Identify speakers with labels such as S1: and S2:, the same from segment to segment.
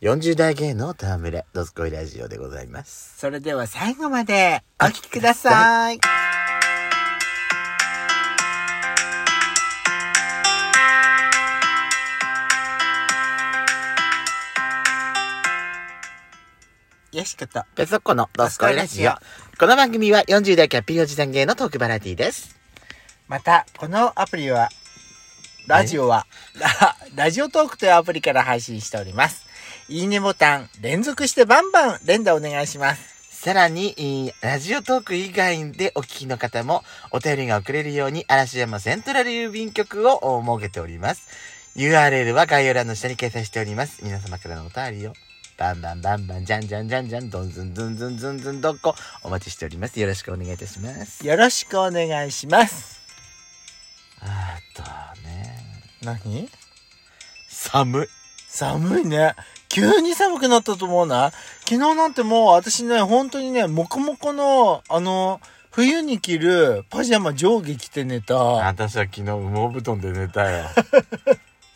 S1: 40代芸能たむれ、どすこいラジオでございます。
S2: それでは最後までお聞きください。よしこと。
S1: ペソコのどすこいラジオ。この番組は40代キャッピーおじさん芸のトークバラエティです。
S2: また、このアプリは、ラジオは、ラ ラジオトークというアプリから配信しております。いいねボタン、連続してバンバン連打お願いします。
S1: さらに、えーラジオトーク以外でお聞きの方もお便りが送れるように嵐山セントラル郵便局をお設けております。URL は概要欄の下に掲載しております。皆様からのお便りをバンバンバンバン、じゃんじゃんじゃんじゃん、どんずんずんずんずんずんどっこお待ちしております。よろしくお願いいたします。
S2: よろしくお願いします。
S1: あとね、
S2: 何
S1: 寒い。
S2: 寒いね。急に寒くなったと思うな。昨日なんてもう私ね、本当にね、もこもこの、あの、冬に着るパジャマ上下着て寝た。
S1: 私は昨日羽毛布団で寝た よ。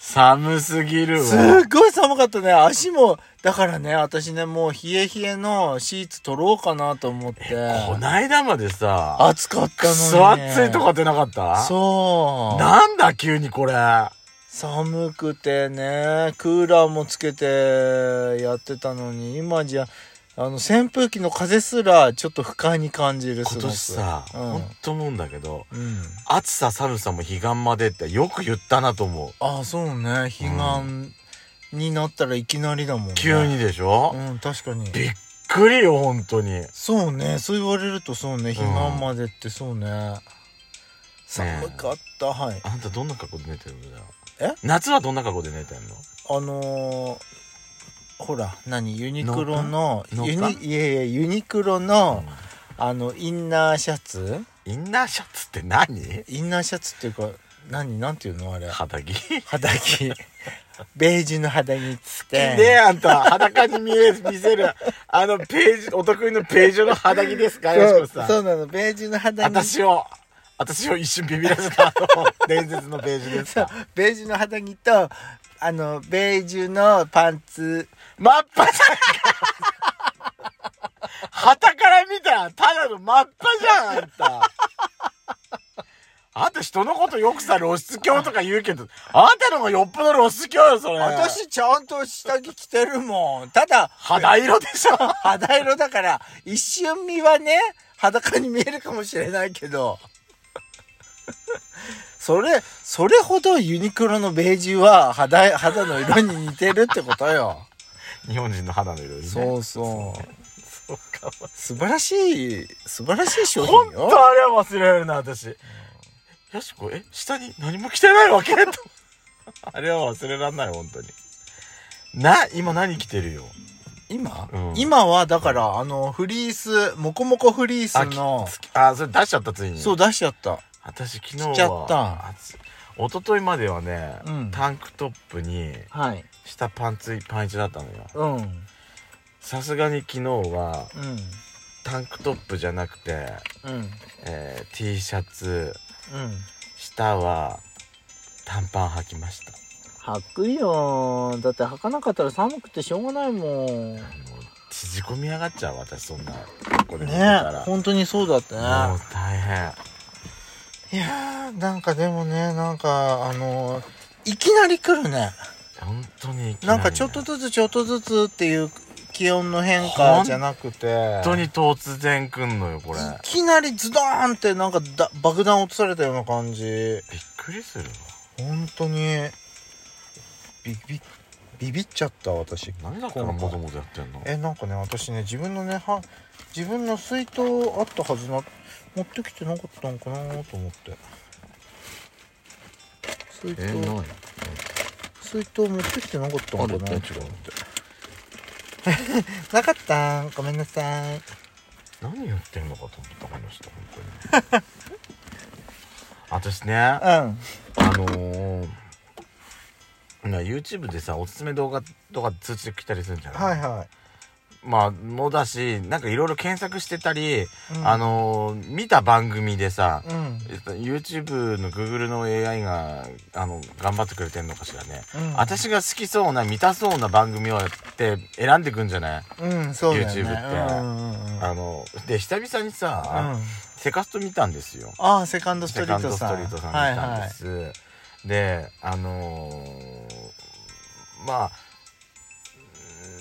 S1: 寒すぎる
S2: すっごい寒かったね。足も、だからね、私ね、もう冷え冷えのシーツ取ろうかなと思って。
S1: こないだまでさ、
S2: 暑かった
S1: く
S2: のに、ね。
S1: そ暑いとか出なかった
S2: そう。
S1: なんだ急にこれ。
S2: 寒くてねクーラーもつけてやってたのに今じゃあの扇風機の風すらちょっと不快に感じる
S1: 今年さ、
S2: うん
S1: ほんと思うんだけど、
S2: すごくうん
S1: 暑さ寒さも彼岸までってよく言ったなと思う。
S2: ああそうね彼岸になったらいきなりだもんね
S1: 急にでしょ、
S2: うん確かに
S1: びっくりよ、ほんとに。
S2: そうねそう言われるとそうね彼岸までってそうね、寒かった、はい
S1: あんたどんな格好で寝てるんだよ。
S2: え
S1: 夏はどんな格好で寝てんの
S2: あのーほら何ユニクロの
S1: ノ
S2: ユ
S1: ーパンノーパ
S2: ニいやいやユニクロの、あのインナーシャツ
S1: インナーシャツって何
S2: インナーシャツっていうか何なんていうのあれ
S1: 肌着
S2: 肌 着ベージュの肌着っつっ
S1: ね
S2: て
S1: えあんた裸に見え見せるあのページお得意のページの肌着ですかよしこ
S2: そ
S1: さ
S2: うそ
S1: ん
S2: うなのベージュの肌着
S1: 私を私を一瞬ビビらせ たあの伝説のページです
S2: そう
S1: か
S2: ベージュの肌着とあのベージュのパンツ
S1: マッパじゃんはたから見たらただのマッパじゃんあん たあんた人のことよくさ露出狂とか言うけどあんたの方がよっぽど露出狂よそれ
S2: 私ちゃんと下着着てるもんただ
S1: 肌色でしょ
S2: 肌色だから一瞬見はね裸に見えるかもしれないけどそれそれほどユニクロのベージュは肌肌の色に似てるってことよ
S1: 日本人の肌の色にね
S2: そうそう。
S1: そうかわいい
S2: 素晴らしい、素晴らしい商
S1: ほん
S2: 品
S1: と
S2: よ。
S1: あれは忘れられるな、私。よしこ、え、下に何も着てない わけと。あれは忘れられない、本当に。な、今何着てるよ。
S2: 今、
S1: うん
S2: 今はだから、あの、フリース、もこもこフリースの
S1: き、つきあ、それ出しちゃった、ついに。
S2: そう出しちゃった。
S1: 私、昨日は。
S2: 着ちゃった
S1: あつ一昨日まではね、
S2: うん
S1: タンクトップに、
S2: はい。
S1: 下パンツ、パンイチだったのよ。
S2: うん。うん。
S1: さすがに昨日は、タンクトップじゃなくて、
S2: うん。
S1: えー T シャツ、
S2: うん。
S1: 下は、短パン履きました。
S2: 履くよだって履かなかったら寒くてしょうがないもん。
S1: も
S2: ね
S1: う縮こみ上がっちゃう私そんなこれ見てたら、
S2: え、本当にそうだった
S1: も
S2: ね
S1: う。大変
S2: いやー、なんかでもね、なんか、あのいきなり来るね。
S1: 本当にいきりね
S2: なんかちょっとずつちょっとずつっていう気温の変化じゃなくて。
S1: 本当に突然来んのよこれ
S2: いきなりズドーンってなんかだ爆弾落とされたような感じ
S1: びっくりするわ
S2: 本当にビビビビっちゃった私
S1: 何だったら
S2: 今回
S1: もともとやってんの
S2: えなんかね私ね自分のねは自分の水筒あったはずな持ってきてなかったのかなと思って水筒、
S1: ない
S2: 水筒持ってきてなかったのかな
S1: あ
S2: と
S1: る
S2: 思
S1: あ
S2: っ
S1: る
S2: てなかったごめんなさい
S1: 何やってんのかと思ったこの人本当に 私ねあ
S2: うん
S1: のー今 YouTube でさおすすめ動画とか通知来たりするんじゃない、
S2: はいは
S1: まあ、もだし、なんかいろいろ検索してたり、
S2: うん
S1: あのー見た番組でさ、
S2: うん、
S1: えっと YouTube の Google の AI が、あの、頑張ってくれてんのかしらね。
S2: うん
S1: 私が好きそうな、見たそうな番組をやって選んでくんじゃない
S2: うん、そうだよね
S1: YouTube って
S2: うんうんうん
S1: あの、で、久々にさ、
S2: うん
S1: セカスト見たんですよ。
S2: ああセカンドスト
S1: セ
S2: リ
S1: カ
S2: ー
S1: ンド
S2: ト
S1: ス
S2: さん
S1: トリートさん見
S2: はい
S1: たん
S2: は
S1: で
S2: い
S1: す。で、あのーまあ、うー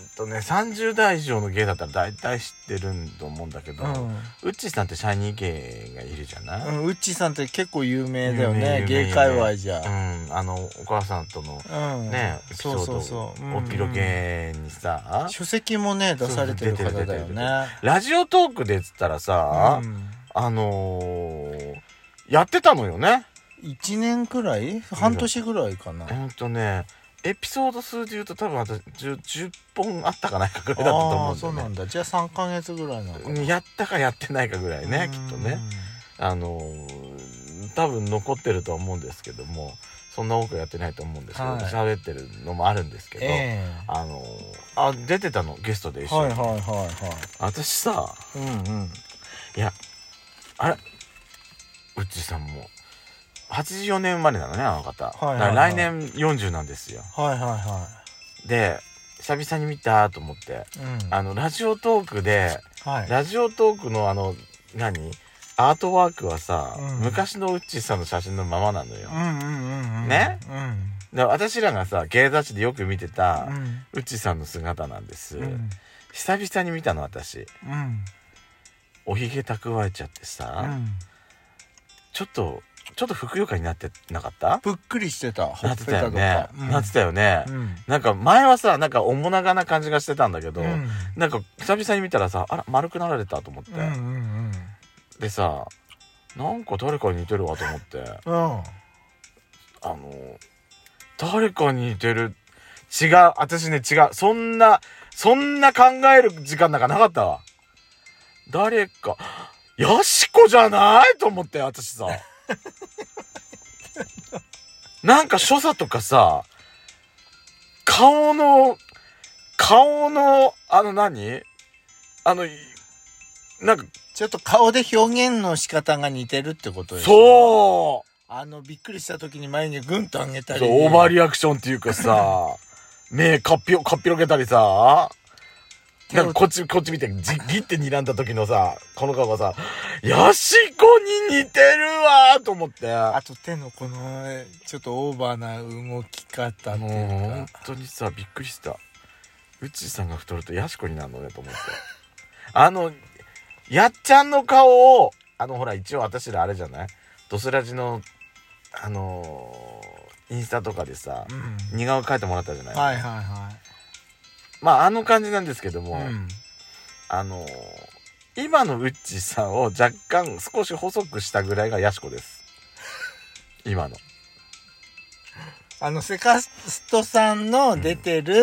S1: んとね、30代以上の芸だったら大体知ってると思うんだけど、ウッチーさんってシャイニー芸がいるじゃない、
S2: うん、うん、ウッチーさんって結構有名だよ
S1: 有
S2: ね
S1: 名有名
S2: 芸界隈じゃ、
S1: うん、あのお母さんとの
S2: うん
S1: ね、エピソ
S2: そ
S1: ー
S2: うそう
S1: ド
S2: そう、うん
S1: おピロ系にさ、
S2: 書籍もね出されてる方だよね
S1: ラジオトークでっつったらさ、あのー、やってたのよね。
S2: 1年くらい半年ぐらいかな
S1: えっとねエピソード数で言うと多分私 10, 10本あったかないかぐらいだったと
S2: ああ
S1: 思
S2: ーそうう
S1: だ
S2: んな
S1: よ
S2: ん
S1: ね
S2: だじゃあ3か月ぐらいなのかな
S1: やったかやってないかぐらいねきっとねあのー多分残ってるとは思うんですけどもそんな多くはやってないと思うんですけど
S2: はい
S1: 喋、ってるのもあるんですけど、
S2: え
S1: あのーあ出てたのゲストで
S2: え
S1: 一緒
S2: はい
S1: に、
S2: はいはいは
S1: 私さ
S2: いうんうん
S1: あれうっちーさんも84年生まれなのねあの方、
S2: はいはいはい
S1: だから来年40なんですよ
S2: はいはいは
S1: で久々に見たと思って
S2: いうん
S1: あのラジオトークで
S2: はい
S1: ラジオトークのあの何アートワークはさ、
S2: うん
S1: 昔のウッチーさんの写真のままなのよ
S2: う、んうんうんうん
S1: ね
S2: うん
S1: で私らがさ芸雑誌でよく見てた
S2: う、ん
S1: うっちーさんの姿なんです、
S2: うん
S1: 久々に見たの私
S2: うん
S1: おひげ蓄えちゃってさ、
S2: うん
S1: ちょっとちょっとふくよかになってなかった
S2: ぷっくりしてたほ
S1: な
S2: っ
S1: って
S2: ぺ
S1: た
S2: た
S1: よ
S2: と
S1: ね
S2: か、
S1: なってたよね、
S2: うん
S1: なんか前はさなんか面長な感じがしてたんだけど、
S2: うん
S1: なんか久々に見たらさあら丸くなられたと思って、
S2: うんうん
S1: でさなんか誰かに似てるわと思ってあ
S2: うんうん
S1: の誰かに似てる違う私ね違うそんなそんな考える時間なんかなかったわ誰かヤシコじゃないと思って私さなんか所作とかさ顔の顔のあの何あのいなんか
S2: ちょっと顔で表現の仕方が似てるってことですう
S1: そう
S2: あの、びっくりした時に前にグンと上げたり。
S1: そうオーバーリアクションっていうかさ、 目かっぴよ、かっぴろげたりさ、なんかこっち、こっち見て、じぎって睨んだ時のさ、この顔がさ、ヤシコに似てるわーと思って。
S2: あと手のこの、ちょっとオーバーな動き方って
S1: もう
S2: いう
S1: 本
S2: か。
S1: 当にさ、びっくりした。うちさんが太るとヤシコになるのねと思って。 あの、やっちゃんの顔を、あのほら、一応私らあれじゃないドスラジの、あのーインスタとかでさ、
S2: うん。
S1: 似顔絵描いてもらったじゃない
S2: はいはいは
S1: まああの感じなんですけども、
S2: い。うん。
S1: あのー今のウッチーさんを若干少し細くしたぐらいがヤシコです。今 の。
S2: あの、セカストさんの出てる、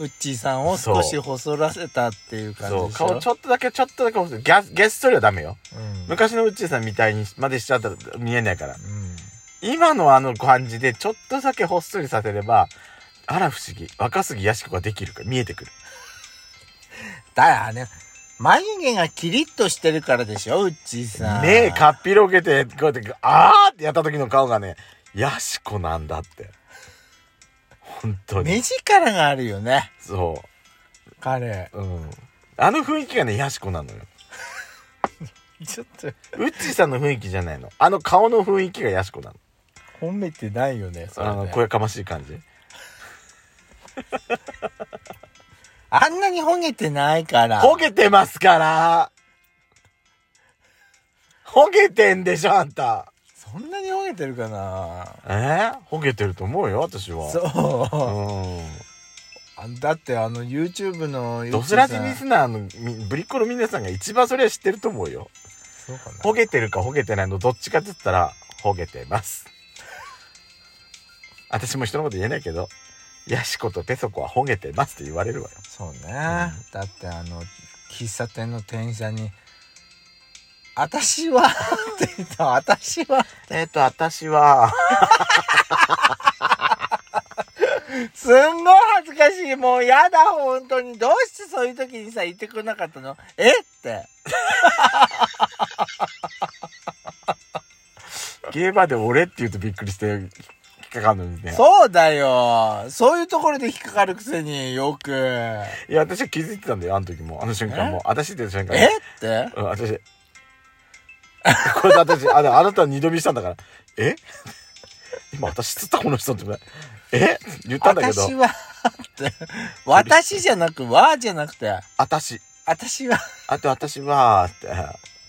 S2: ウッチーさんを少し細らせたっていう感じ
S1: そう、
S2: でしょ
S1: 顔ちょっとだけ、ちょっとだけ細い。ギャゲストよりはダメよ。
S2: うん。
S1: 昔のウッチーさんみたいにまでしちゃったら見えないから。
S2: うん
S1: 今のあの感じでちょっとだけほっそりさせれば、あら不思議。若すぎヤシコができるから見えてくる。
S2: だからね、眉毛がキリッとしてるからでしょ、ウッチーさん。
S1: 目かっぴろげて、こうやって、あーってやった時の顔がね、ヤシコなんだって。本当に。
S2: 目力があるよね、
S1: そう。
S2: 彼。
S1: うん。あの雰囲気がね、ヤシコなのよ。
S2: ちょっと、
S1: ウッチーさんの雰囲気じゃないの。あの顔の雰囲気がヤシコなの。
S2: 褒めてないよね、それ
S1: あ
S2: ね、
S1: の、こやかましい感じ。
S2: あんなにほげてないから。
S1: ほげてますからほげてんでしょ、あんた。
S2: そんなにほげてるかな
S1: えー、ほげてると思うよ、私は。
S2: そう
S1: う
S2: あ。だってあの YouTube の
S1: ん。ドスラジ
S2: に
S1: リスナーのみぶりっ子の皆さんが一番それは知ってると思うよ。
S2: そうかな。
S1: ほげてるかほげてないのどっちかって言ったら、ほげてます。私も人のこと言えないけど、ヤシコとペソコはほげてますって言われるわよ。
S2: そうね、だってあの、喫茶店の店員さんに、あた しはって言ったあたしは
S1: えっ、と、私は、
S2: すんごい恥ずかしい。もうやだ、本当に。どうしてそういう時にさ、言ってくれなかったのえって。
S1: ゲーバーで俺って言うとびっくりして、引っかかるのにね。
S2: そうだよ。そういうところで引っかかるくせによく。え
S1: いや、私は気づいてたんだよ、あの時も。あの瞬間も。私って言った瞬間。
S2: って
S1: うん、私。 これ私、あの、あなたは二度見したんだから。え 今私つったこの人って。え言ったんだけど。
S2: 私は、 って。私じゃなく、わじゃなくて、
S1: 私。
S2: 私 は。
S1: あと私は、って。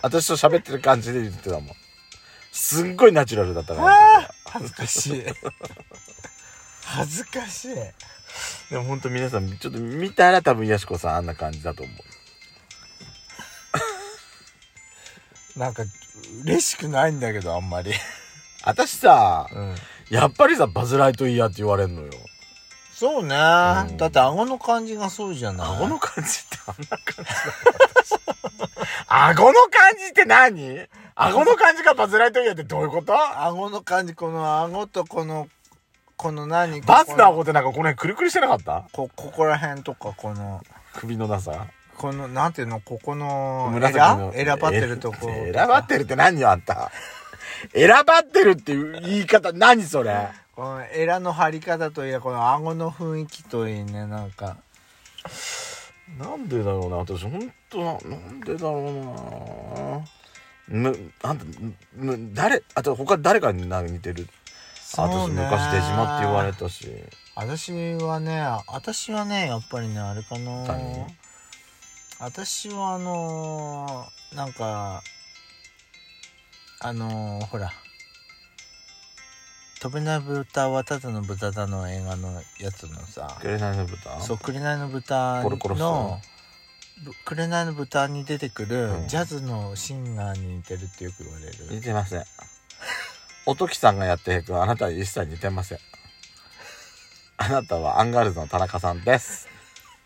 S1: 私と喋ってる感じで言ってたもん。すっごいナチュラルだったから。
S2: 恥ずかしい。 恥ずかしい。
S1: でも本当皆さん、ちょっと見たら多分ヤシコさんあんな感じだと思う。
S2: なんか、嬉しくないんだけど、あんまり。
S1: 私さ、
S2: うん。
S1: やっぱりさ、バズライトイヤーって言われるのよ。
S2: そうね。
S1: ん
S2: だって、顎の感じがそうじゃない。
S1: 顎の感じってあんな感じだった私顎の感じって何顎の感じがバズライトイヤーってどういうこと
S2: 顎の感じ、この顎とこの、この何
S1: バスの
S2: だ
S1: 顎ってなんかこの辺くるくるしてなかった
S2: こ、ここら辺とか、この、
S1: 首のなさ。
S2: この、なんていうの、ここの、エ
S1: 紫
S2: ラ
S1: の。
S2: エラばってるとこ。
S1: え選ばってるって何よあんた。選ばってるっていう言い方、何それ。
S2: このエラの張り方といいやこの顎の雰囲気といいねなんか
S1: なんでだろうな、私本当な、なんでだろうな。む、あんた、む、誰、あと他誰かに似てる。あ
S2: そ
S1: 私
S2: うね
S1: 昔出島って言われたし。
S2: 私はね私はねやっぱりねあれかな
S1: 何
S2: 私はあのーなんかあのーほら「飛べない豚はただの豚だ」の映画のやつのさ
S1: 紅の豚
S2: そう「紅の豚
S1: コロコロ
S2: の
S1: さ
S2: 「ぶ紅の豚」に出てくる
S1: うん
S2: ジャズのシンガーに似てるってよく言われる
S1: 似てませんおときさんがやってる役はあなたに一切似てませんあなたはアンガールズの田中さんです